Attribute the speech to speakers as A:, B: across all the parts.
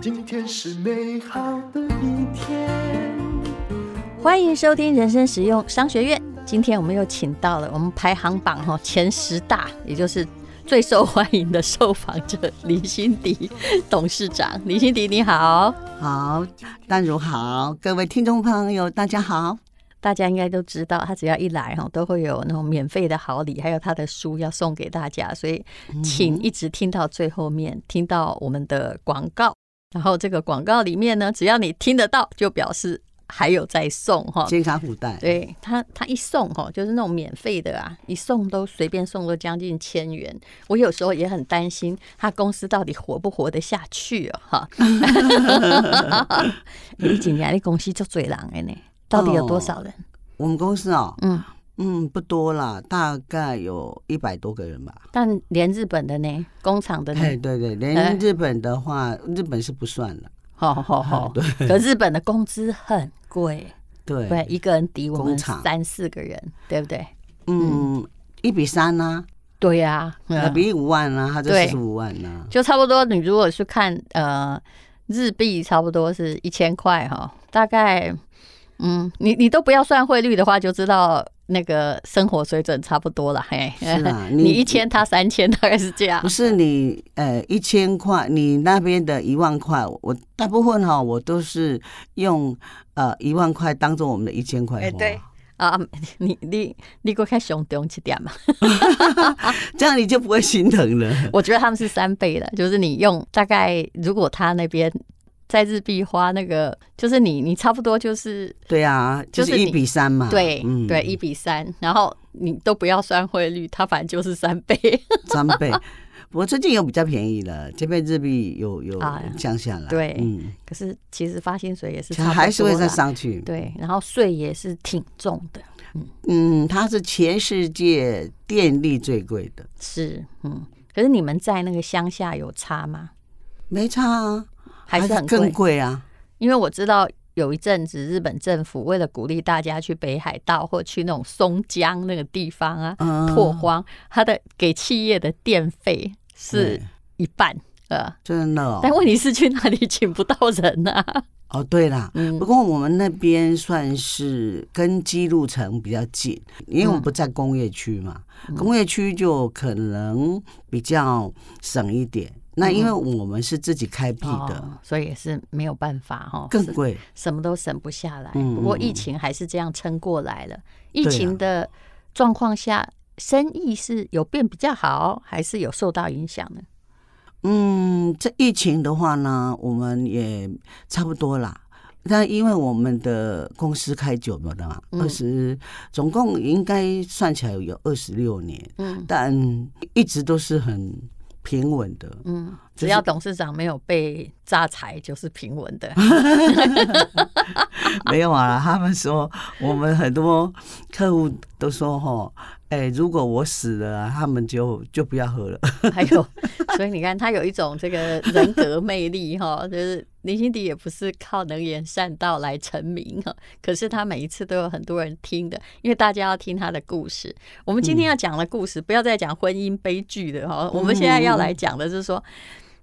A: 今天是美好的一天。
B: 欢迎收听人生实用商学院。今天我们又请到了我们排行榜哈前十大，也就是最受欢迎的受访者李欣迪董事长。李欣迪，你好。
C: 好，丹如好，各位听众朋友，大家好。
B: 大家应该都知道，他只要一来哈，都会有那种免费的好礼，还有他的书要送给大家，所以请一直听到最后面，听到我们的广告。然后这个广告里面呢，只要你听得到，就表示还有在送哈。
C: 金沙虎带，
B: 对他，他一送哈，就是那种免费的啊，一送都随便送都将近千元。我有时候也很担心，他公司到底活不活得下去哦哈。你一年你公司就最狼的呢，到底有多少人？
C: 我们公司哦，
B: 嗯，
C: 嗯，不多啦，大概有一百多个人吧。
B: 但连日本的呢，工厂的呢，
C: 哎，对对，
B: 哎
C: 连日本的话，日本是不算了。
B: 好好好，可日本的工资很贵，
C: 对，
B: 对，一个人抵我们
C: 工厂
B: 三四个人，对不对？
C: 嗯，一比三呐，
B: 对呀、
C: 那
B: 嗯
C: 比五万呐，他就
B: 对
C: 四十五万啊呐。
B: 就差不多。你如果去看呃日币，差不多是一千块哈，大概嗯，你你都不要算汇率的话，就知道那个生活水准差不多了。嘿，
C: 是啊
B: 你
C: 你
B: 一千他三千，大概是这样
C: 不。是你呃一千块，你那边的一万块，我大部分哈、我都是用呃一万块当做我们的一千块哦
B: 哎
C: 花，
B: 对啊，你你你给我看熊东一点嘛？
C: 这样你就不会心疼了。
B: 我觉得他们是三倍的，就是你用大概，如果他那边在日币花那个，就是你你差不多就是
C: 对啊，就
B: 就是
C: 是
B: 你
C: 一比三嘛。嗯
B: 对、对一比三，然后你都不要算汇率，它反正就是三倍。
C: 三倍。不过最近有比较便宜了，这边日币有有
B: 啊
C: 降下来，
B: 对
C: 嗯，
B: 可是其实发薪水也是
C: 它
B: 差不多
C: 还是会再
B: 啦。
C: 上去。
B: 对，然后税也是挺重的，
C: 嗯，它是全世界电力最贵的，
B: 是嗯。可是你们在那个乡下有差吗？
C: 没差啊，
B: 还是很
C: 更
B: 贵？
C: 贵啊。
B: 因为我知道有一阵子日本政府为了鼓励大家去北海道或去那种松江那个地方啊，
C: 嗯
B: 拓荒，它的给企业的电费是
C: 对
B: 一半。呃，
C: 真的哦。
B: 但问题是去哪里请不到人啊？
C: 哦，对啦，
B: 嗯
C: 不过我们那边算是跟基路城比较近，因为我们不在工业区嘛，
B: 嗯
C: 工业区就可能比较省一点。那因为我们是自己开辟的，
B: 哦，所以也是没有办法哈、哦，
C: 更
B: 是
C: 贵。
B: 什么都省不下来。
C: 嗯
B: 不过
C: 嗯
B: 疫
C: 嗯
B: 情还是这样撑过来了。疫
C: 对啊
B: 情的状况下，生意是有变比较好，还是有受到影响呢？
C: 嗯，这疫情的话呢，我们也差不多啦。但因为我们的公司开久了的嘛，
B: 嗯
C: 二十、总共应该算起来有二十六年，
B: 嗯
C: 但一直都是很平稳的。
B: 嗯，
C: 就
B: 只
C: 是
B: 要董事长没有被榨财，就是平稳的。
C: 没有啊，他们说我们很多客户都说吼，哎、如果我死了啊，他们就就不要喝 了。
B: 还有，所以你看，他有一种这个人格魅力哈，就是林心迪也不是靠能言善道来成名哈，可是他每一次都有很多人听的，因为大家要听他的故事。我们今天要讲的故事，不要再讲婚姻悲剧的哈，我们现在要来讲的是说，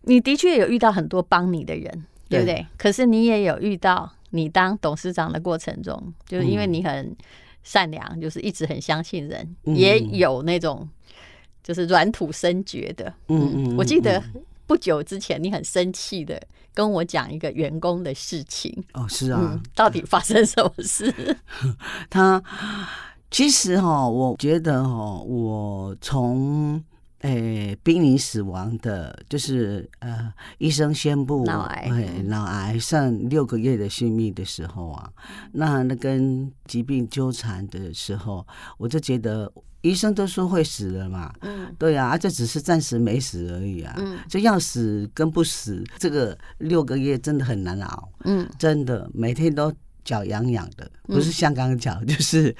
B: 你的确有遇到很多帮你的人，对不
C: 对
B: 对？可是你也有遇到，你当董事长的过程中，就是因为你很善良，就是一直很相信人，
C: 嗯
B: 也有那种。就是软土生绝的。
C: 嗯嗯
B: 我记得不久之前你很生气的跟我讲一个员工的事情，
C: 哦，是啊，
B: 嗯，到底发生什么事？
C: 他其实哈、我觉得哈、我从诶、濒临死亡的，就是呃，医生宣布
B: 脑癌
C: 哎脑癌剩六个月的性命的时候啊，那那跟疾病纠缠的时候，我就觉得医生都说会死了嘛，
B: 嗯
C: 对啊，啊这只是暂时没死而已啊，
B: 嗯
C: 就要死跟不死，这个六个月真的很难熬。
B: 嗯
C: 真的每天都脚痒痒的，
B: 嗯
C: 不是香港脚，就是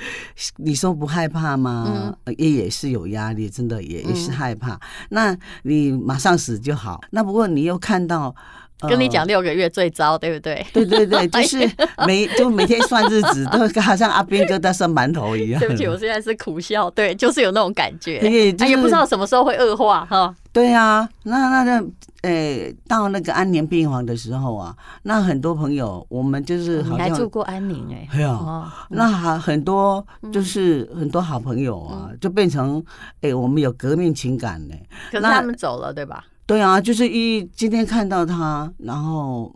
C: 你说不害怕吗？也也是有压力，真的也
B: 嗯
C: 也是害怕。那你马上死就好，那不过你又看到。
B: 嗯
C: 呃
B: 跟你讲六哎个月最糟，对不 对？
C: 对对对， 就是每就每天算日子，都好像阿兵哥在生馒头一样。
B: 对不起，我现在是苦笑，对，就是有那种感觉，
C: 对就是
B: 哎也不知道什么时候会恶化哈。
C: 对啊，那那那，诶、到那个安宁病房的时候啊，那很多朋友，我们就是
B: 嗯哦你
C: 好
B: 还
C: 像
B: 住过嗯安宁哎、
C: 哎呀
B: 哦，
C: 那还很多就是很多好朋友啊，
B: 嗯
C: 就变成哎、我们有革命情感呢、
B: 可是
C: 那
B: 他们走了对吧？
C: 对啊，就是一今天看到他，然后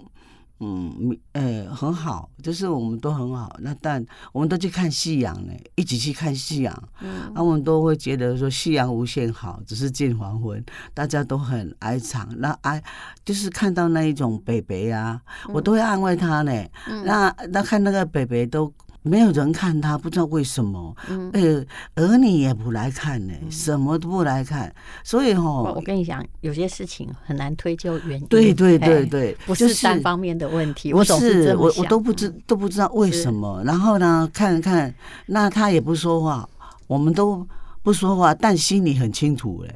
C: 嗯，呃、很好，就是我们都很好。那但我们都去看夕阳呢、一起去看夕阳，
B: 嗯，
C: 啊，我们都会觉得说夕阳无限好，只是近黄昏，大家都很哀怆。那哀就是看到那一种北北啊，我都会安慰他呢、
B: 嗯
C: 那那看那个北北都没有人看他，不知道为什么。
B: 嗯
C: 呃，儿女也不来看呢、什么都不来看，所以
B: 我
C: 吼
B: 我。跟你讲，有些事情很难推究原因。
C: 哦对对
B: 哎
C: 对对，
B: 不
C: 就是
B: 单方面的问题，
C: 不
B: 我总是
C: 是
B: 这么
C: 我
B: 想。嗯
C: 我都不知都不知道为
B: 是
C: 什么。然后呢，看了看，那他也不说话，我们都不说话，但心里很清楚哎、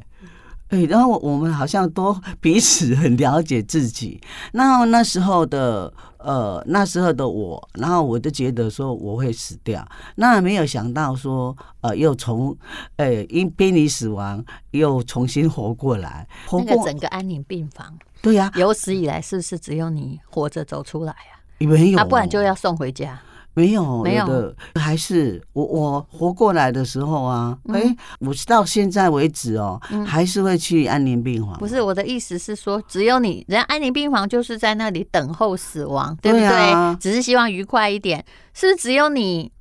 C: 哎、然后我我们好像都 彼此很了解自己。那那时候的呃，那时候的我，然后我就觉得说我会死掉，那没有想到说呃，又从呃因濒临死亡又重新活过来，活
B: 那个
C: 过
B: 整个安宁病房
C: 对呀、
B: 有史以来是不是只有你活着走出来啊？
C: 没有、
B: 啊，不然就要送回家。
C: 没有，
B: 没有
C: 的还是我我活过来的时候啊，
B: 嗯
C: 哎、我到现在为止哦，还是会去安宁病房。
B: 不是我的意思是说，只有你，人家安宁病房就是在那里等候死亡，对不对？
C: 对啊
B: 只是希望愉快一点，是不是只有你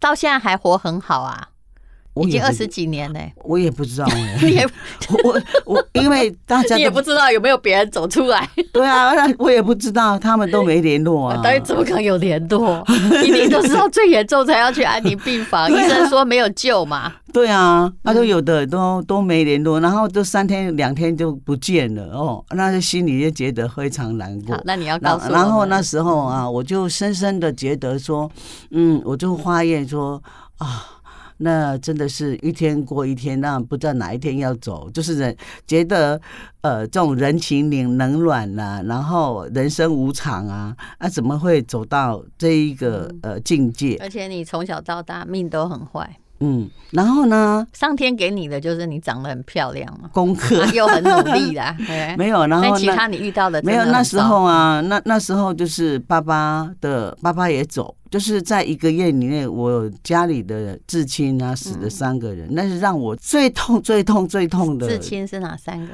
B: 到现在还活很好啊？
C: 我也
B: 已经
C: 不
B: 二十，几年 嘞、
C: 我也不知道哎、
B: 你也
C: 我我因为大家
B: 你也
C: 都
B: 不知道有没有别人走出来，
C: 对啊，我也不知道，他们都没 联络啊。
B: 当然怎么可能有联 络？一定都是到最严重才要去安宁病房，
C: 对啊
B: 医生说没有救嘛。
C: 对啊，
B: 嗯
C: 他都有的都都没联络，然后就三天两天就不见了哦，那就心里就觉得非常难过
B: 好，。那你要告
C: 然
B: 诉我们
C: 然后那时候啊，我就深深的觉得说，嗯，我就发愿说啊。那真的是一天过一天，那不知道哪一天要走，就是人觉得，呃，这种人情冷冷暖呐、然后人生无常啊，那、怎么会走到这一个
B: 嗯
C: 呃境界？
B: 而且你从小到大命都很坏，
C: 嗯，然后呢，
B: 上天给你的就是你长得很漂亮 嘛，
C: 功课
B: 啊、又很努力 啦。对
C: 没有，然后
B: 但
C: 呢？
B: 其他你遇到的真
C: 没
B: 的
C: 有，
B: 很
C: 那时
B: 糟嗯
C: 候啊，那那时候就是爸爸的爸爸也走，就是在一个月里面，我家里的至亲啊死了三个人，那是让我最痛、最痛、最痛的。
B: 至亲是哪三个？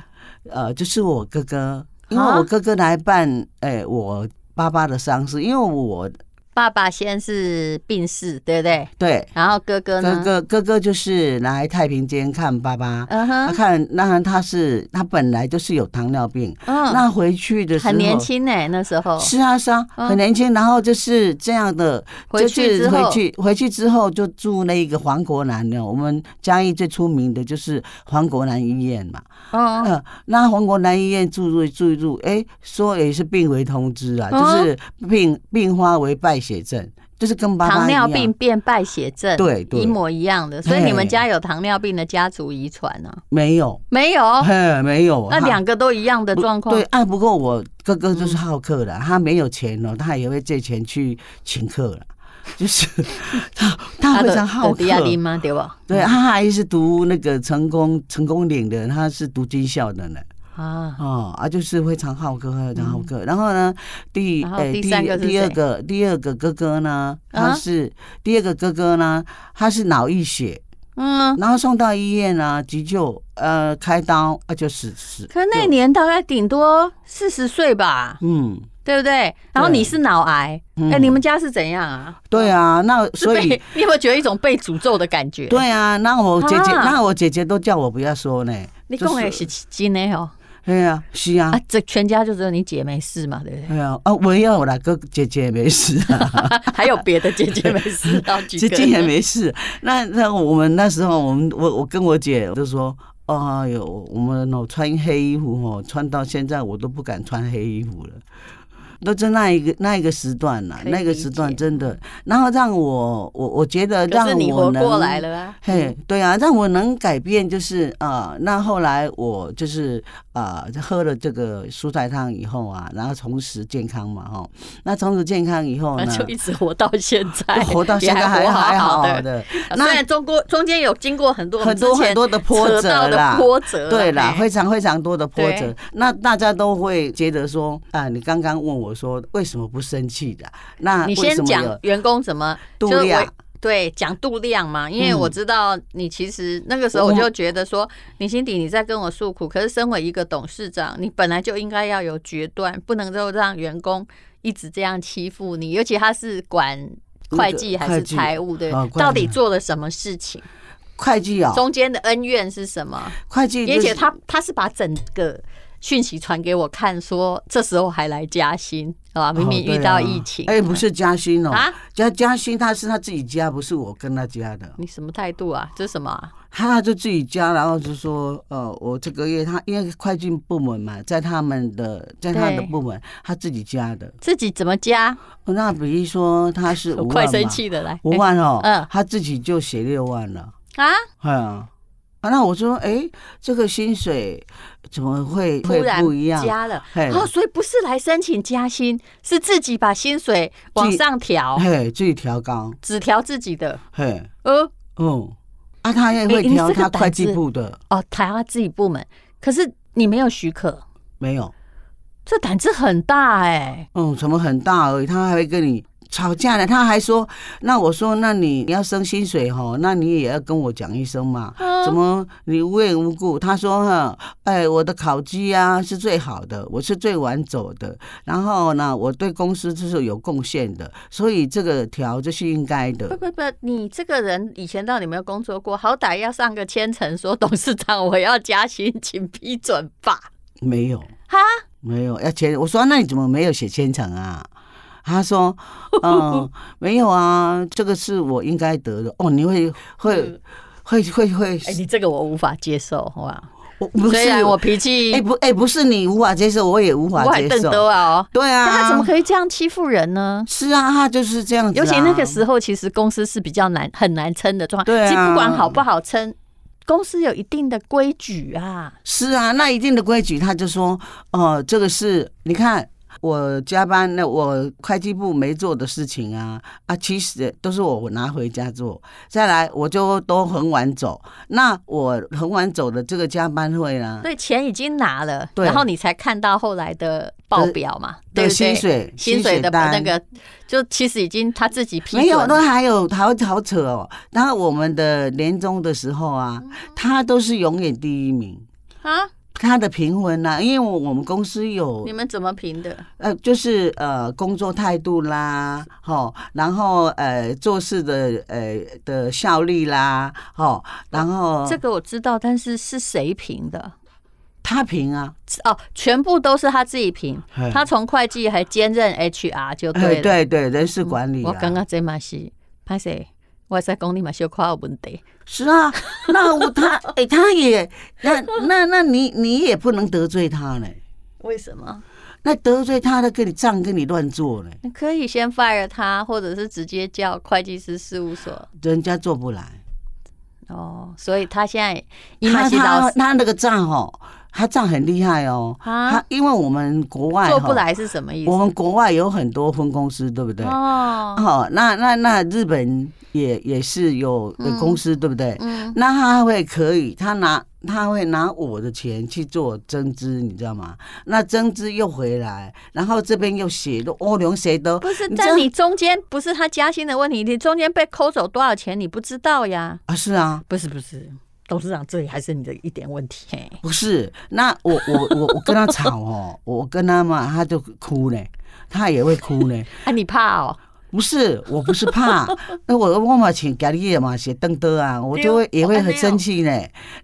C: 呃，就是我哥哥，因为
B: 啊
C: 我哥哥来办，哎、我爸爸的丧事，因为我
B: 爸爸先是病逝，对不对？
C: 对
B: 然后哥哥
C: 哥
B: 呢？
C: 哥哥哥就是来太平间看爸爸，
B: 嗯
C: 他
B: 哼，
C: 看那他是他本来就是有糖尿病，
B: 嗯，
C: 那回去的时候
B: 很年轻哎、那时候
C: 是啊，是啊，
B: 嗯
C: 很年轻。然后就是这样的，
B: 回去
C: 就是
B: 之后
C: 回去回去之后就住那个黄国南的，我们嘉义最出名的就是黄国南医院嘛。
B: 嗯，
C: 呃，那黄国南医院住住住住，哎，说也是病危通知啊，
B: 哦
C: 就是病病发为败血症，就是跟爸爸
B: 糖
C: 一
B: 尿
C: 样。
B: 病变败血症，
C: 对对
B: 一模一样的。所以
C: 嘿
B: 你们家有糖尿病的家族遗传呢、啊？
C: 没有，
B: 没有，
C: 嘿，没有。
B: 哦那
C: 哈
B: 两个都一样的
C: 不
B: 状况嗯
C: 对。啊，不过我哥哥就是好客的，他没有钱哦，他也会借钱去请客了，就是 他他
B: 啊
C: 非
B: 就
C: 常好
B: 就
C: 客
B: 迪。亚丁吗？对吧？
C: 对，他还是读那个成功成功岭的，他是读军校的呢。
B: 啊，
C: 哦，啊，就是非常好客，非常好客。然后呢，第
B: 嗯然后
C: 哎
B: 第三个是
C: 第
B: 谁
C: 二个第二个哥哥呢，他
B: 啊
C: 是、第二个哥哥呢，他是脑溢血，
B: 嗯，
C: 然后送到医院啊急救，呃，开刀啊就死死。
B: 可那
C: 就
B: 年大概顶多四十岁吧，
C: 嗯。
B: 对不对？然后
C: 对
B: 你是脑癌，哎、
C: 嗯
B: 你们家是怎样啊？
C: 对啊，那
B: 是
C: 所以
B: 被 你有没有觉得一种被诅咒的感觉？，
C: 对啊，那我姐姐，
B: 啊
C: 那我姐姐都叫我不要说呢。
B: 你
C: 就是
B: 共也是真的哦，
C: 对啊，是啊
B: 啊，，这全家就只有你姐没事嘛，对不 对？
C: 对啊，啊，我也有啦，哥姐姐也没事啊，
B: 还有别的姐姐没事，到几
C: 姐
B: 个
C: 姐也没事。那那我们那时候，我们我我跟我姐就说。哦哟，我们哦穿黑衣服哦，穿到现在我都不敢穿黑衣服了。都是那一个那一个时段了、
B: 可以
C: 那个
B: 理
C: 时段
B: 解嗯
C: 真的，然后让我我我觉得
B: 可
C: 让
B: 是你
C: 我
B: 活
C: 能
B: 过来了啊，
C: 嘿，对啊，让我能改变就是呃，那后来我就是呃，喝了这个蔬菜汤以后啊，然后重拾健康嘛，哈，那重拾健康以后
B: 那
C: 呢，
B: 就一直活到现在，
C: 就 活到
B: 哦也
C: 现在还
B: 活
C: 还
B: 好
C: 好
B: 的。啊
C: 的，
B: 虽
C: 那
B: 然中国中间有经过很多我们
C: 很多
B: 之前
C: 很多的波
B: 扯到
C: 折
B: 的
C: 啦，
B: 波折啦，啊哎
C: 对啦，
B: 嘿
C: 非常非常多的波折
B: 对。
C: 那大家都会觉得说啊，你刚刚问我说为什么不生气的？啊那
B: 你
C: 为
B: 先
C: 什么
B: 讲
C: 有
B: 员工怎么
C: 度
B: 就是我
C: 量
B: 对，讲度量嘛，因为我知道你其实那个时候我
C: 我
B: 就觉得说，你心底你在跟我诉苦，可是身为一个董事长，你本来就应该要有决断，不能够让员工一直这样欺负你，尤其他是管
C: 那个
B: 会计还
C: 会
B: 是
C: 计
B: 财务的
C: 啊，
B: 到底
C: 会计
B: 做了什么事情，
C: 会计啊？
B: 中间的恩怨是什么？
C: 会计就
B: 而
C: 是，
B: 且他他是把整个讯息传给我看，说这时候还来加薪，啊，明明
C: 哦对
B: 遇到
C: 啊
B: 疫情，
C: 哎，不是加薪哦
B: 啊，
C: 加加薪他是他自己加，不是我跟他加的。
B: 你什么态度啊？这是什么啊、
C: 他就自己加，然后就说，呃，我这个月他因为会计部门嘛，在他们的在他的
B: 对
C: 部门，他自己加的。
B: 自己怎么加？
C: 那比如说他 是
B: 我
C: 五
B: 快
C: 万
B: 生
C: 嘛，
B: 气的来，
C: 五万哦，
B: 嗯
C: 他自己就写六万了。
B: 哎啊，
C: 哎呀，啊，那我说，哎，这个薪水怎么会
B: 突
C: 会
B: 然
C: 不一样？
B: 加了，
C: 嘿
B: 哦，所以不是来申请加薪，是自己把薪水往上调，
C: 嘿，自己调高，
B: 只调自己的。
C: 嘿，
B: 呃，
C: 嗯，啊，他也
B: 哎
C: 会
B: 你
C: 调
B: 这个
C: 他
B: 胆
C: 会计
B: 子
C: 部的，
B: 哦，调他自己部门，可是你没有许可，
C: 没有，
B: 这胆子很大哎、
C: 嗯，什么很大而已，他还会跟你。吵架呢，他还说，那我说，那你要升薪水哈，那你也要跟我讲一声嘛。
B: 嗯
C: 啊怎么你无缘无故？他说哈，哎，我的烤鸡啊是最好的，我是最晚走的，然后呢，我对公司就是有贡献的，所以这个条就是应该
B: 不
C: 的。
B: 不不，你这个人以前到底有没有工作过？好歹要上个千层，说董事长我要加薪，请批准吧。
C: 没有，
B: 哈，
C: 没有要签。我说那你怎么没有写签呈啊？他说，嗯，没有啊，这个是我应该得的。哦，你会会会会会，
B: 嗯哎、你这个我无法接受，好吧？
C: 我不
B: 虽
C: 是
B: 然我脾气
C: 哎、不哎、不是你无法接受，我也无法
B: 我还
C: 接
B: 瞪
C: 受。
B: 兜啊、哦，
C: 对
B: 但
C: 啊，
B: 他怎么可以这样欺负人呢？
C: 是啊，他就是这样子、啊。
B: 尤其那个时候，其实公司是比较难很难撑的状态。
C: 对啊
B: 其实不管好不好撑，公司有一定的规矩啊。
C: 是啊，那一定的规矩，他就说，哦、这个是你看我加班，那我会计部没做的事情啊，啊，其实都是我拿回家做。再来，我就都很晚走，那我很晚走的这个加班会啦、
B: 对，钱已经拿了，
C: 对
B: 然后你才看到后来的报表嘛，对不对
C: 的薪？水、
B: 薪水的那
C: 单。
B: 个，就其实已经他自己批
C: 没有，
B: 准
C: 那
B: 了。
C: 还有好好扯哦。然后我们的年终的时候啊，
B: 嗯
C: 他都是永远第一名，
B: 啊，
C: 他的评分呐、因为我我们公司有
B: 你们怎么评的？
C: 呃，就是呃，工作态度啦，吼，然后呃，做事的呃的效率啦，吼，然后
B: 哦这个我知道，但是是谁评的？
C: 他评啊，
B: 哦，全部都是他自己评
C: 嘿，
B: 他从会计还兼任 HR 就哦对
C: 哎
B: 了。 嗯
C: 对对，人事管理、啊
B: 我刚刚这嘛是拍谁？我在讲你嘛小夸有问题。
C: 是啊，那我他哎、他也那那那你你也不能得罪他呢，
B: 为什么？
C: 那得罪他他跟你仗跟你乱做呢，
B: 你可以先 fire 他，或者是直接叫会计师事务所。
C: 人家做不来。
B: 哦，所以他现在伊嘛
C: 他
B: 是老
C: 他
B: 师
C: 他那个账哦，他账很厉害哦，
B: 啊
C: 他因为我们国外
B: 做
C: 吼
B: 不，来是什么意
C: 我
B: 思？
C: 们国外有很多分公司，对不对？
B: 哦，
C: 好、那那那日本也也是有有公司，对不对？
B: 嗯，
C: 那他会可以，他拿他会拿我的钱去做增资，你知道吗？那增资又回来，然后这边又写哦的欧龙谁都
B: 不是，
C: 你知道
B: 但你中间不是他加薪的问题，你中间被抠走多少钱你不知道呀？
C: 啊是啊，
B: 不是不是，董事长这里还是你的一点问题。嘿，
C: 不是。那我我我我跟他 吵哦，我跟他嘛，他就哭呢，他也会哭呢。
B: 啊，你怕哦？
C: 不是，我不是 怕，那我我嘛请家里嘛写凳凳啊，我就会
B: 对
C: 也会
B: 哦
C: 很生气呢。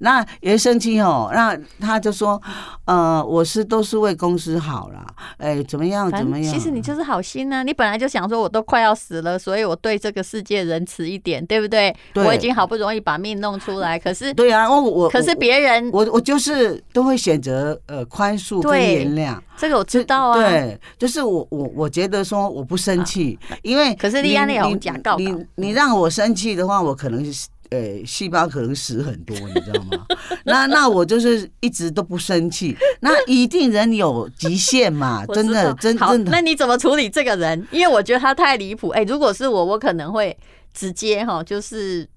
C: 那也会生气哦，那他就说，呃，我是都是为公司好啦，哎，怎么样
B: 反
C: 怎么
B: 正
C: 样？
B: 其实你就是好心啊，你本来就想说我都快要死了，所以我对这个世界仁慈一点，对不对？
C: 对
B: 我已经好不容易把命弄出来，可是
C: 对啊，我我
B: 可是
C: 我
B: 别人
C: 我我就是都会选择呃宽恕跟
B: 对
C: 原谅。
B: 这个我知道啊，
C: 对，就是我我我觉得说我不生气，因为
B: 可是立案内容
C: 你
B: 假告
C: 你
B: 吧
C: 你让我生气的话，我可能是呃细胞可能死很多，你知道 吗？那那我就是一直都不生气，那一定人有极限嘛，
B: 我
C: 真
B: 知道
C: 的真
B: 好
C: 真的
B: 那你怎么处理这个人？因为我觉得他太离谱。哎、如果是我，我可能会直接哈，就是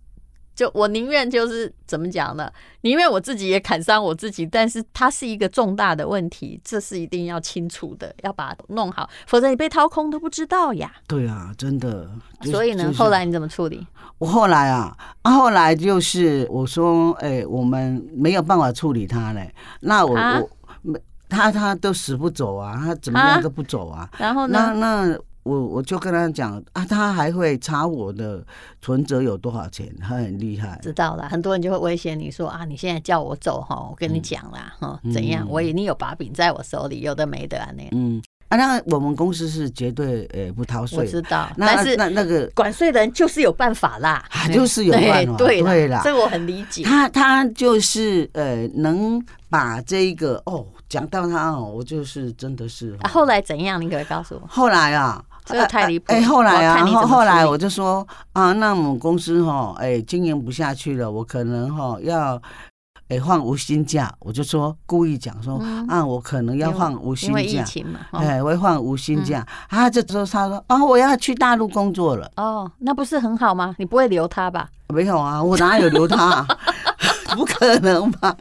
B: 就我宁愿就是怎么讲呢？宁愿我自己也砍伤我自己，但是它是一个重大的问题，这是一定要清楚的，要把它弄好，否则你被掏空都不知道呀。
C: 对啊，真的。就是
B: 所以呢，
C: 就是
B: 后来你怎么处理？
C: 我后来啊，啊后来就是我说，哎、我们没有办法处理他嘞，那我、
B: 啊
C: 我没他他都死不走啊，他怎么
B: 啊
C: 样都不走啊
B: 然后呢？
C: 那那我我就跟他讲啊，他还会查我的存折有多少钱，他很厉害。
B: 知道了，很多人就会威胁你说啊，你现在叫我走哈，我跟你讲啦
C: 嗯
B: 哈，怎样？我已经有把柄在我手里，有的没的啊那样。
C: 嗯，啊，那我们公司是绝对呃不逃
B: 我
C: 税
B: 知
C: 的，
B: 道，
C: 那
B: 但是
C: 那那个
B: 管税的人就是有办法啦，
C: 啊就是有办法，
B: 对对
C: 啦，
B: 这我很理解。
C: 他他就是呃能把这一个哦讲到他哦，我就是真的是哦、
B: 啊后来怎样？你可不可以告诉我。
C: 后来啊，
B: 这个太离谱
C: 哎、
B: 了
C: 后来
B: 我
C: 啊，
B: 看你
C: 后
B: 怎么
C: 后来
B: 处理
C: 我就说啊，那我们公司哈、哎、经营不下去了，我可能哈、要哎、放无薪假，我就说故意讲说、
B: 嗯
C: 啊，我可能要
B: 因为
C: 放无薪
B: 因为疫
C: 假，
B: 情嘛，哦，嗯
C: 哎、我会放无薪假。他这时候他说啊，我要去大陆工作了，
B: 哦那不是很好吗？你不会留他吧？
C: 没有啊，我哪有留他、啊？ 不可能吧？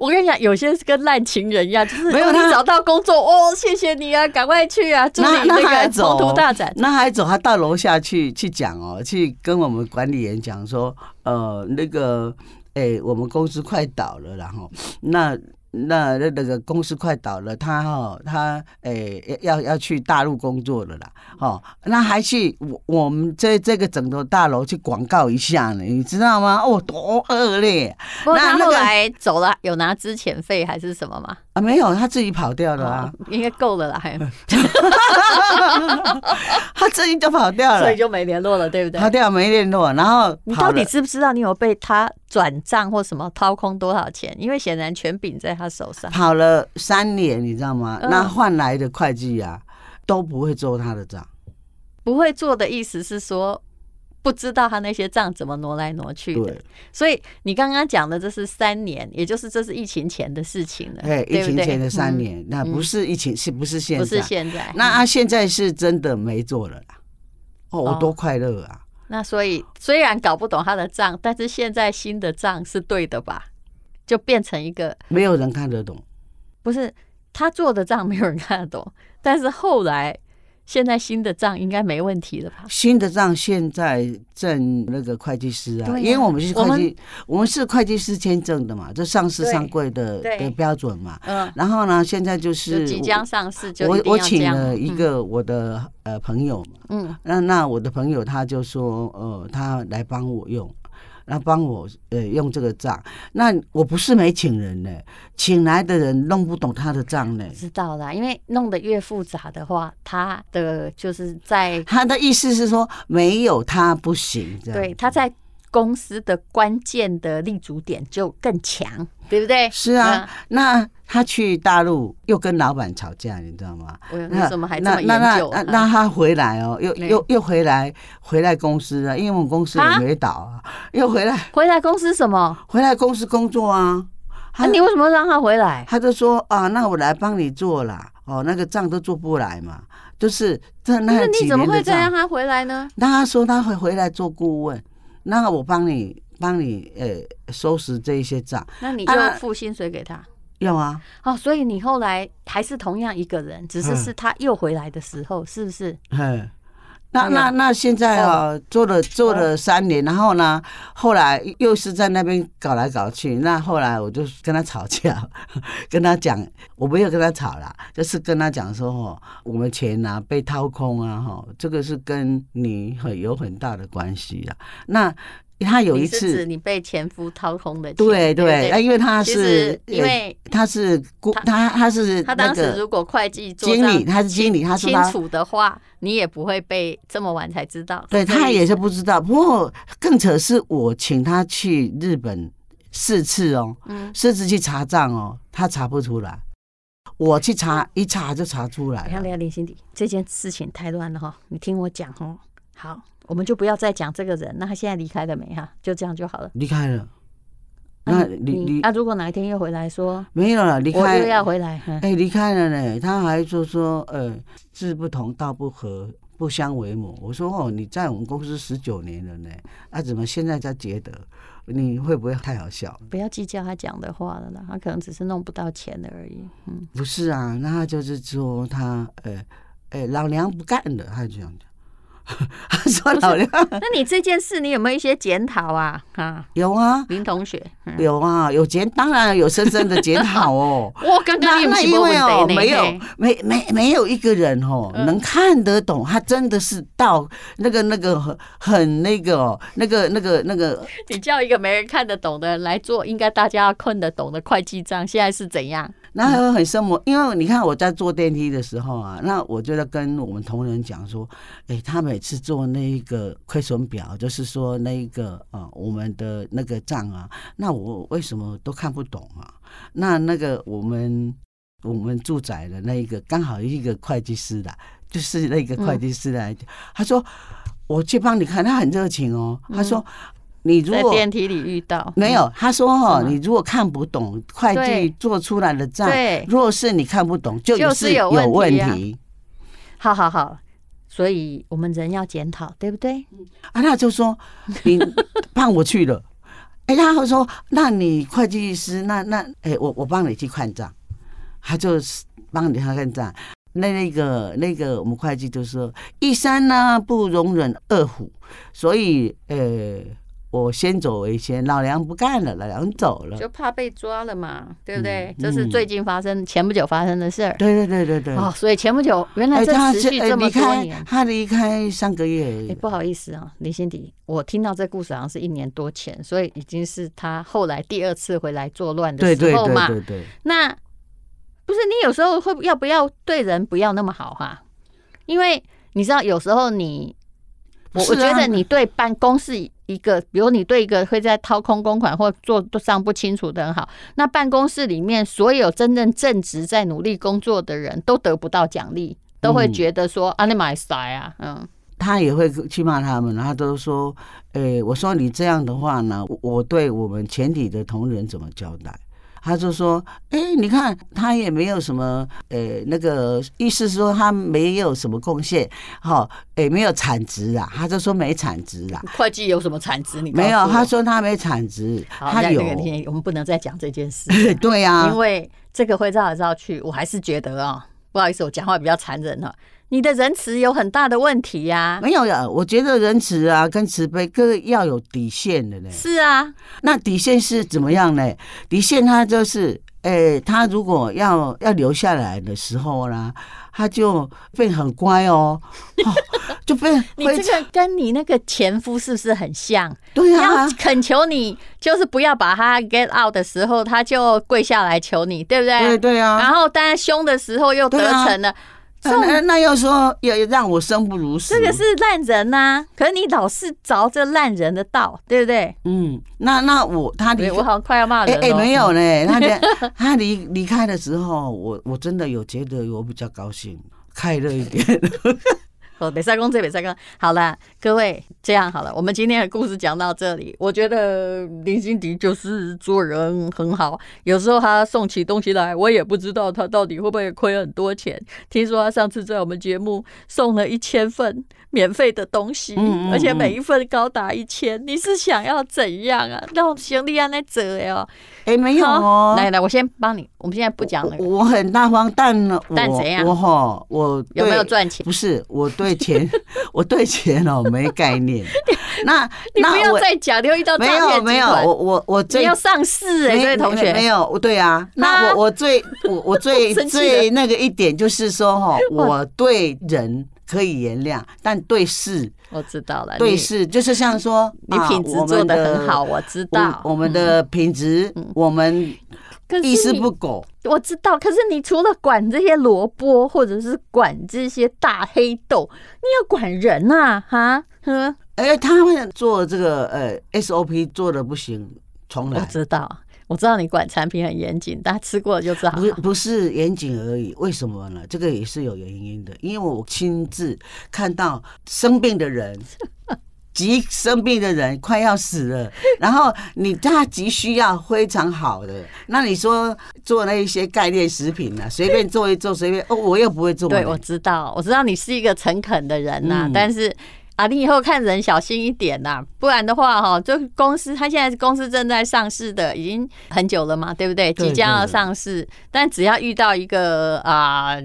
B: 我跟你讲，有些是跟烂情人一样，就是
C: 没有
B: 哦你
C: 他
B: 找到工作哦，谢谢你啊，赶快去啊，祝
C: 那
B: 你
C: 那
B: 那
C: 还
B: 个
C: 走
B: 宏图大展。
C: 那还走，他到楼下去去讲哦，去跟我们管理员讲说，呃，那个，哎、我们公司快倒了啦，然后那。那那那个公司快倒了，他哈、他诶、要要去大陆工作了啦，哦，那还去我我们这这个整栋大楼去广告一下呢，你知道吗？哦，多恶劣
B: 不过他
C: 那那
B: 后
C: 个
B: 来走了，有拿资遣费还是什么吗？
C: 啊！没有，他自己跑掉了啊，
B: 哦应该够了啦， 还
C: 他自己就跑掉了
B: 哦所以，就没联络了，对不对？
C: 跑掉没联络，然后
B: 你
C: 跑
B: 到底
C: 了
B: 知不知道你有被他转账或什么掏空多少钱？因为显然权柄在他手上。
C: 跑了三年，你知道吗？
B: 嗯
C: 那换来的会计啊，都不会做他的账。
B: 不会做的意思是说，不知道他那些账怎么挪来挪去的
C: 对。，
B: 所以你刚刚讲的这是三年，也就是这是疫情前的事情了，
C: 哎，疫
B: 对不
C: 情
B: 对
C: 前的三、
B: 嗯
C: 年，那不是疫情，是不是现在？
B: 不是现在。
C: 那
B: 嗯
C: 啊他现在是真的没做了啦。哦，
B: 哦
C: 我多快乐啊！
B: 那所以虽然搞不懂他的账，但是现在新的账是对的吧？就变成一个
C: 没有人看得懂。
B: 不是他做的账没有人看得懂，但是后来现在新的账应该没问题了吧？
C: 新的账现在正那个会计师啊，
B: 对啊
C: 因为我们是
B: 我
C: 会
B: 们
C: 计，我们是会计师签证的嘛，这上市
B: 对
C: 上柜的
B: 对
C: 的标准嘛。
B: 嗯，
C: 然后呢，现在就
B: 就是即
C: 我
B: 将上市就
C: 我
B: 一定
C: 我
B: 要这
C: 请
B: 样
C: 了一个我的呃朋友嘛。
B: 嗯嗯
C: 那那我的朋友他就说，呃，他来帮我用，那帮我呃用这个账。那我不是没请人呢，请来的人弄不懂他的账呢。
B: 知道啦，因为弄得越复杂的话，他的就是 在
C: 他的意思是说，没有他不行，这样
B: 对他在公司的关键的立足点就更强，对不对？
C: 是啊。那他去大陆又跟老板吵架，你知道吗？
B: 那，我
C: 那
B: 嗯为什么还这
C: 那
B: 么
C: 那
B: 研
C: 那
B: 究
C: 那
B: 啊？
C: 那他回来哦，又又又回来回来公司啊，因为我们公司
B: 啊
C: 也没倒啊，又回来
B: 回来公司什么？
C: 回来公司工作啊。
B: 啊、你为什么让他回来？
C: 他就说啊，那我来帮你做啦，哦，那个账都做不来嘛，就是这
B: 那
C: 那几
B: 你怎么
C: 年
B: 会
C: 的
B: 再让
C: 账。
B: 他回来呢？
C: 那他说他会回来做顾问，那我帮你帮你呃收拾这一些账，
B: 那你
C: 啊
B: 又
C: 那
B: 付薪水给他？
C: 要啊，
B: 哦，所以你后来还是同样一个人，只是
C: 嗯
B: 是他又回来的时候，是不是？
C: 嘿，那那那现在啊，
B: 哦
C: 做了做了三年，然后呢，后来又是在那边搞来搞去。那后来我就跟他吵架， 跟他讲，我没有跟他吵啦，就是跟他讲说，哦，我们钱啊被掏空啊，哈，这个是跟你很有很大的关系啊。那他有一
B: 你是指
C: 次，
B: 你被前夫掏空的钱，
C: 对
B: 对
C: 对，
B: 不
C: 啊，因为他
B: 其
C: 是
B: 实因为
C: 他是顾他他是
B: 他
C: 那
B: 当时
C: 个
B: 如果会计做
C: 经理，
B: 账
C: 他是经理，他说
B: 清
C: 他
B: 楚的话，你也不会被这么晚才知道。
C: 对
B: 这个
C: 他
B: 意
C: 也
B: 思
C: 是不知道，不过更扯是我请他去日本四次哦，
B: 嗯，
C: 甚至去查账哦，他查不出来，我去查一查就查出来
B: 你看，
C: 了。
B: 看林心迪这件事情太乱了哈，你听我讲哦。好，我们就不要再讲这个人。那他现在离开了没哈？就这样就好了。
C: 离开了，那
B: 你
C: 离
B: 你
C: 离
B: 啊，如果哪一天又回来说，
C: 没有了，离
B: 我
C: 开
B: 又要回来，嗯
C: 哎离开了呢，他还说说呃志不同道不合。不相为谋。我说哦，你在我们公司十九年了呢，啊，怎么现在才觉得？你会不会太好笑？
B: 不要计较他讲的话了啦。他可能只是弄不到钱而已。嗯，
C: 不是啊，那他就是说他呃呃老娘不干了，他就这样讲。 他说老娘
B: 那你这件事你有没有一些检讨啊？啊，
C: 有啊
B: 林同学，嗯。
C: 有啊有检，当然有深深的检讨哦
B: 我刚刚
C: 那
B: 你不
C: 那
B: 是
C: 因
B: 没
C: 为
B: 问
C: 哦，
B: 题呢
C: 没有
B: 嘿
C: 没没没有一个人哦
B: 嗯
C: 能看得懂，他真的是到那个那个很很那个哦那个那个那个
B: 你叫一个没人看得懂的人来做，应该大家要看得懂的会计账，现在是怎样？
C: 那还有很生活，因为你看我在坐电梯的时候啊，那我就在跟我们同仁讲说，哎、他每次做那一个亏损表，就是说那一个呃我们的那个账啊，那我为什么都看不懂啊？那那个我们我们住宅的那一个刚好一个会计师的，就是那
B: 嗯
C: 个会计师来讲，他说我去帮你看，他很热情哦，他说。你如
B: 嗯在
C: 果
B: 电梯里遇到嗯
C: 没有，他说哦
B: 是，吗
C: 你如果看不懂会
B: 对
C: 计做出来的账
B: 对，
C: 若是你看不懂，就
B: 就是
C: 是
B: 有
C: 有
B: 问
C: 问
B: 题啊
C: 题
B: 好好好，所以我们人要检讨，对不对？
C: 啊。那就说你 帮我去了，哎，他会说，那你会计师，那那哎，我我帮你去看账，他就是帮你他看账。那那个那个，我们会计就说，一山呢不容忍二虎，所以呃，我先走为先，老梁不干了，老梁走了。
B: 就怕被抓了嘛，对不对？
C: 嗯
B: 这是最近发生、前不久发生的事儿。
C: 对对对对对。
B: 哦，所以前不久原来
C: 哎，
B: 这
C: 他
B: 持
C: 是
B: 续
C: 哎
B: 这么
C: 离
B: 多
C: 开
B: 年。
C: 他离开三个月而
B: 哎、
C: 已，
B: 不好意思啊，林心迪，我听到这故事好像是一年多前，所以已经是他后来第二次回来作乱的
C: 对对
B: 时候嘛。
C: 对对对。
B: 那不是你有时候会要不要对人不要那么好哈、因为你知道有时候你，我、
C: 是
B: 我
C: 啊
B: 觉得你对办公室一个，比如你对一个会在掏空公款或做账不清楚的人好，那办公室里面所有真正正直在努力工作的人都得不到奖励，都会
C: 嗯
B: 觉得说、啊你买啥呀，嗯，
C: 他也会去骂他们，他都说：“诶、我说你这样的话呢，我我对我们全体的同仁怎么交代？”他就说：“诶、你看他也没有什么，诶、那个意思是说他没有什么贡献，哈、诶、没有产值啊。”他就说没产值啊，
B: 会计有什么产值？你告
C: 没有，
B: 诉我
C: 他说他没产值，
B: 好，
C: 他
B: 那
C: 有。
B: 那，个天我们不能再讲这件事
C: 对呀、
B: 因
C: 啊，
B: 为这个会绕来绕去，我还是觉得啊、不好意思，我讲话比较残忍了、你的仁慈有很大的问题呀、
C: 没有呀。我觉得仁慈啊跟慈悲各要有底线的呢。
B: 是啊，
C: 那底线是怎么样呢？底线他就是，诶、他如果要要留下来的时候呢，他就变很乖哦，哦就变
B: 你
C: 会
B: 这个跟你那个前夫是不是很像？
C: 对啊
B: 要，恳求你，就是不要把他 get out 的时候，他就跪下来求你，对不对？
C: 对对啊。
B: 然后当然凶的时候又得
C: 对啊
B: 逞了，
C: 那那那要说要让我生不如死，
B: 这个是烂人呐、可是你老是着这烂人的道，对不对？
C: 嗯，那那我他离
B: 对我好像快要骂
C: 哎
B: 人哦
C: 哎、
B: 了、
C: 没有呢，他离他离离开的时候，我我真的有觉得我比较高兴，快乐一 点。
B: 哦，北塞公这北塞公，好啦，各位这样好了，我们今天的故事讲到这里。我觉得林心迪就是做人很好，有时候他送起东西来，我也不知道他到底会不会亏很多钱。听说他上次在我们节目送了一千份免费的东西，
C: 嗯嗯
B: 而且
C: 嗯
B: 每一份高达一千，你是想要怎样啊？让行李安来折哦。
C: 哎、没有
B: 好
C: 哦，
B: 来来，我先帮你，我们现在不讲那个
C: 我我很大方，但呢，
B: 但
C: 我
B: 怎样
C: 我哈，我
B: 有没有
C: 对
B: 赚钱。
C: 不是，我对对钱， 我对钱哦没 概念。那
B: 你不
C: 那
B: 要
C: 我
B: 再讲，你又遇到诈
C: 没
B: 骗集
C: 有
B: 团，
C: 没有，我我我
B: 你
C: 最
B: 要上市哎、
C: 没
B: 这位同学，
C: 没有，我对啊。那我我最我 我最
B: 生气了
C: 最那个一点就是 说哈，我对人可以原谅，但对事
B: 我知道了，
C: 对
B: 啊你
C: 事就是像说
B: 你
C: 啊
B: 品质
C: 我们
B: 做得
C: 的
B: 很好，我知道嗯
C: 我。我们的品质，我们
B: 可是
C: 一丝
B: 你
C: 不苟。
B: 我知道，可是你除了管这些萝卜，或者是管这些大黑豆，你要管人啊，哈，呵，
C: 哎，他们做这个呃 SOP 做的不行，重
B: 我
C: 来。
B: 知道，我知道你管产品很严谨，大家吃过就知道
C: 不是
B: 了。
C: 不是严谨而已，为什么呢？这个也是有原因的，因为我亲自看到生病 的人，急生病的人快要死了，然后你他急需要非常好的，那你说做那一些概念食品啊，随便做一做，随便哦，我又不会做呢，
B: 对，我知道，我知道你是一个诚恳的人呐、
C: 嗯
B: 但是啊，你以后看人小心一点呐、不然的话哈、就公司它现在公司正在上市的，已经很久了嘛，对不对？
C: 对
B: 即将要
C: 对
B: 上市，但只要遇到一个啊。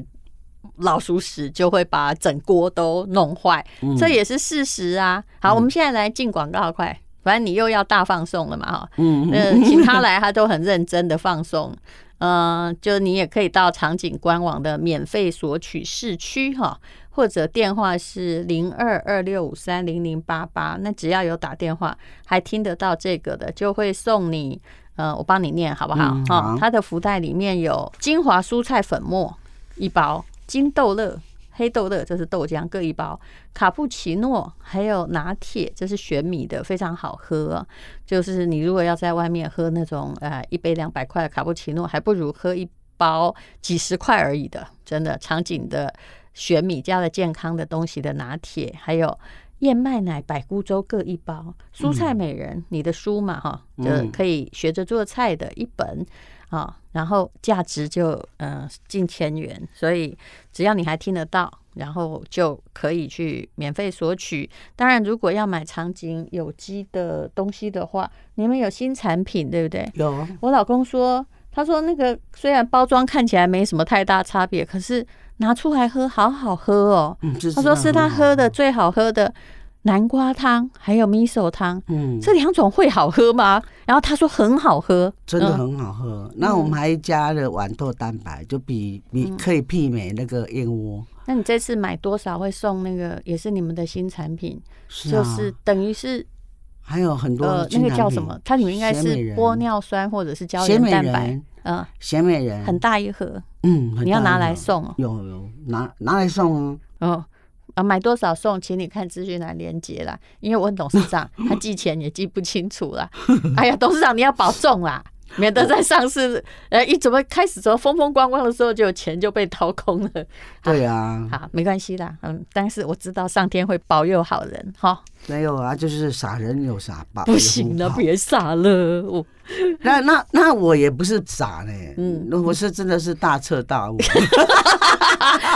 B: 老鼠屎就会把整锅都弄坏，
C: 嗯
B: 这也是事实啊。好，我们现在来进广告，快，反正你又要大放送了嘛，哈。
C: 嗯，
B: 呃， 请他来，他都很认真的放松。呃，就你也可以到场景官网的免费索取市区哈，或者电话是零二二六五三零零八八。那只要有打电话还听得到这个的，就会送你。呃，我帮你念好不好？
C: 嗯
B: 哈、
C: 好
B: 它的福袋里面有精华蔬菜粉末一包，金豆乐、黑豆乐，这是豆浆各一包，卡布奇诺还有拿铁，这是玄米的，非常好喝、就是你如果要在外面喝那种呃一杯两百块的卡布奇诺，还不如喝一包几十块而已的，真的场景的玄米加了健康的东西的拿铁，还有燕麦奶、百菇粥各一包，蔬菜美人、你的书嘛哈，就
C: 嗯
B: 可以学着做菜的一本。啊、然后价值就呃近千元，所以只要你还听得到，然后就可以去免费索取。当然，如果要买场景有机的东西的话，你们有新产品对不对？
C: 有
B: 我老公说，他说那个虽然包装看起来没什么太大差别，可是拿出来喝好好喝哦。
C: 嗯，就
B: 他说是他喝的，最好喝的南瓜汤，还有 miso 汤，
C: 嗯，
B: 这两种会好喝吗？然后他说很好喝，
C: 真的
B: 嗯嗯
C: 很好喝。那我们还加了豌豆蛋白，就比比可以媲美那个燕窝，
B: 那你这次买多少会送那个也是你们的新产品，
C: 是
B: 就
C: 啊
B: 是等于是
C: 还有很多
B: 呃那
C: 金
B: 个
C: 兰
B: 叫
C: 饼
B: 什么？它里面应该
C: 咸
B: 是
C: 美人
B: 玻尿酸或者是胶
C: 咸
B: 原
C: 美
B: 蛋白
C: 人，，
B: 嗯，
C: 咸美人
B: 很大一盒，
C: 嗯，很
B: 你要
C: 大
B: 拿
C: 一
B: 来
C: 盒，
B: 送哦。
C: 有有拿拿来送啊，
B: 哦，啊，买多少送，请你看资讯栏连接啦。因为我很董事 长他记钱也记不清楚啦。哎呀，董事长你要保重啦，免得在上 市呃一怎么开始怎么风风光光的时候，就有钱就被掏空了。
C: 对啊，
B: 好，没关系啦，嗯，但是我知道上天会保佑好人哈。
C: 没有啊，就是傻人有傻报，
B: 不行了，
C: 有福报
B: 别傻了，我
C: 那那那我也不是傻呢，
B: 嗯
C: 嗯，我是真的是大彻 大悟，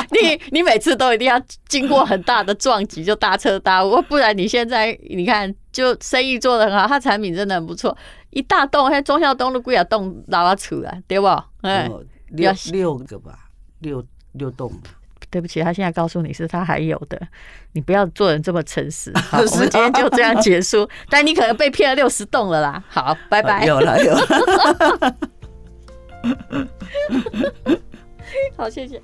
B: 你你每次都一定要经过很大的撞击就大彻大悟，不然你现在你看就生意做得很好，它产品真的很不错，一大栋，还忠孝东路贵啊栋老啊厝啊，对不？哎、
C: 有六
B: 要
C: 六个吧，六六栋吧，
B: 对不起，他现在告诉你是他还有的，你不要做人这么诚实。好，
C: 是啊
B: 我们今天就这样结束，但你可能被骗了六十栋了啦。好，拜拜。
C: 哎呃有了有了。
B: 好，谢谢。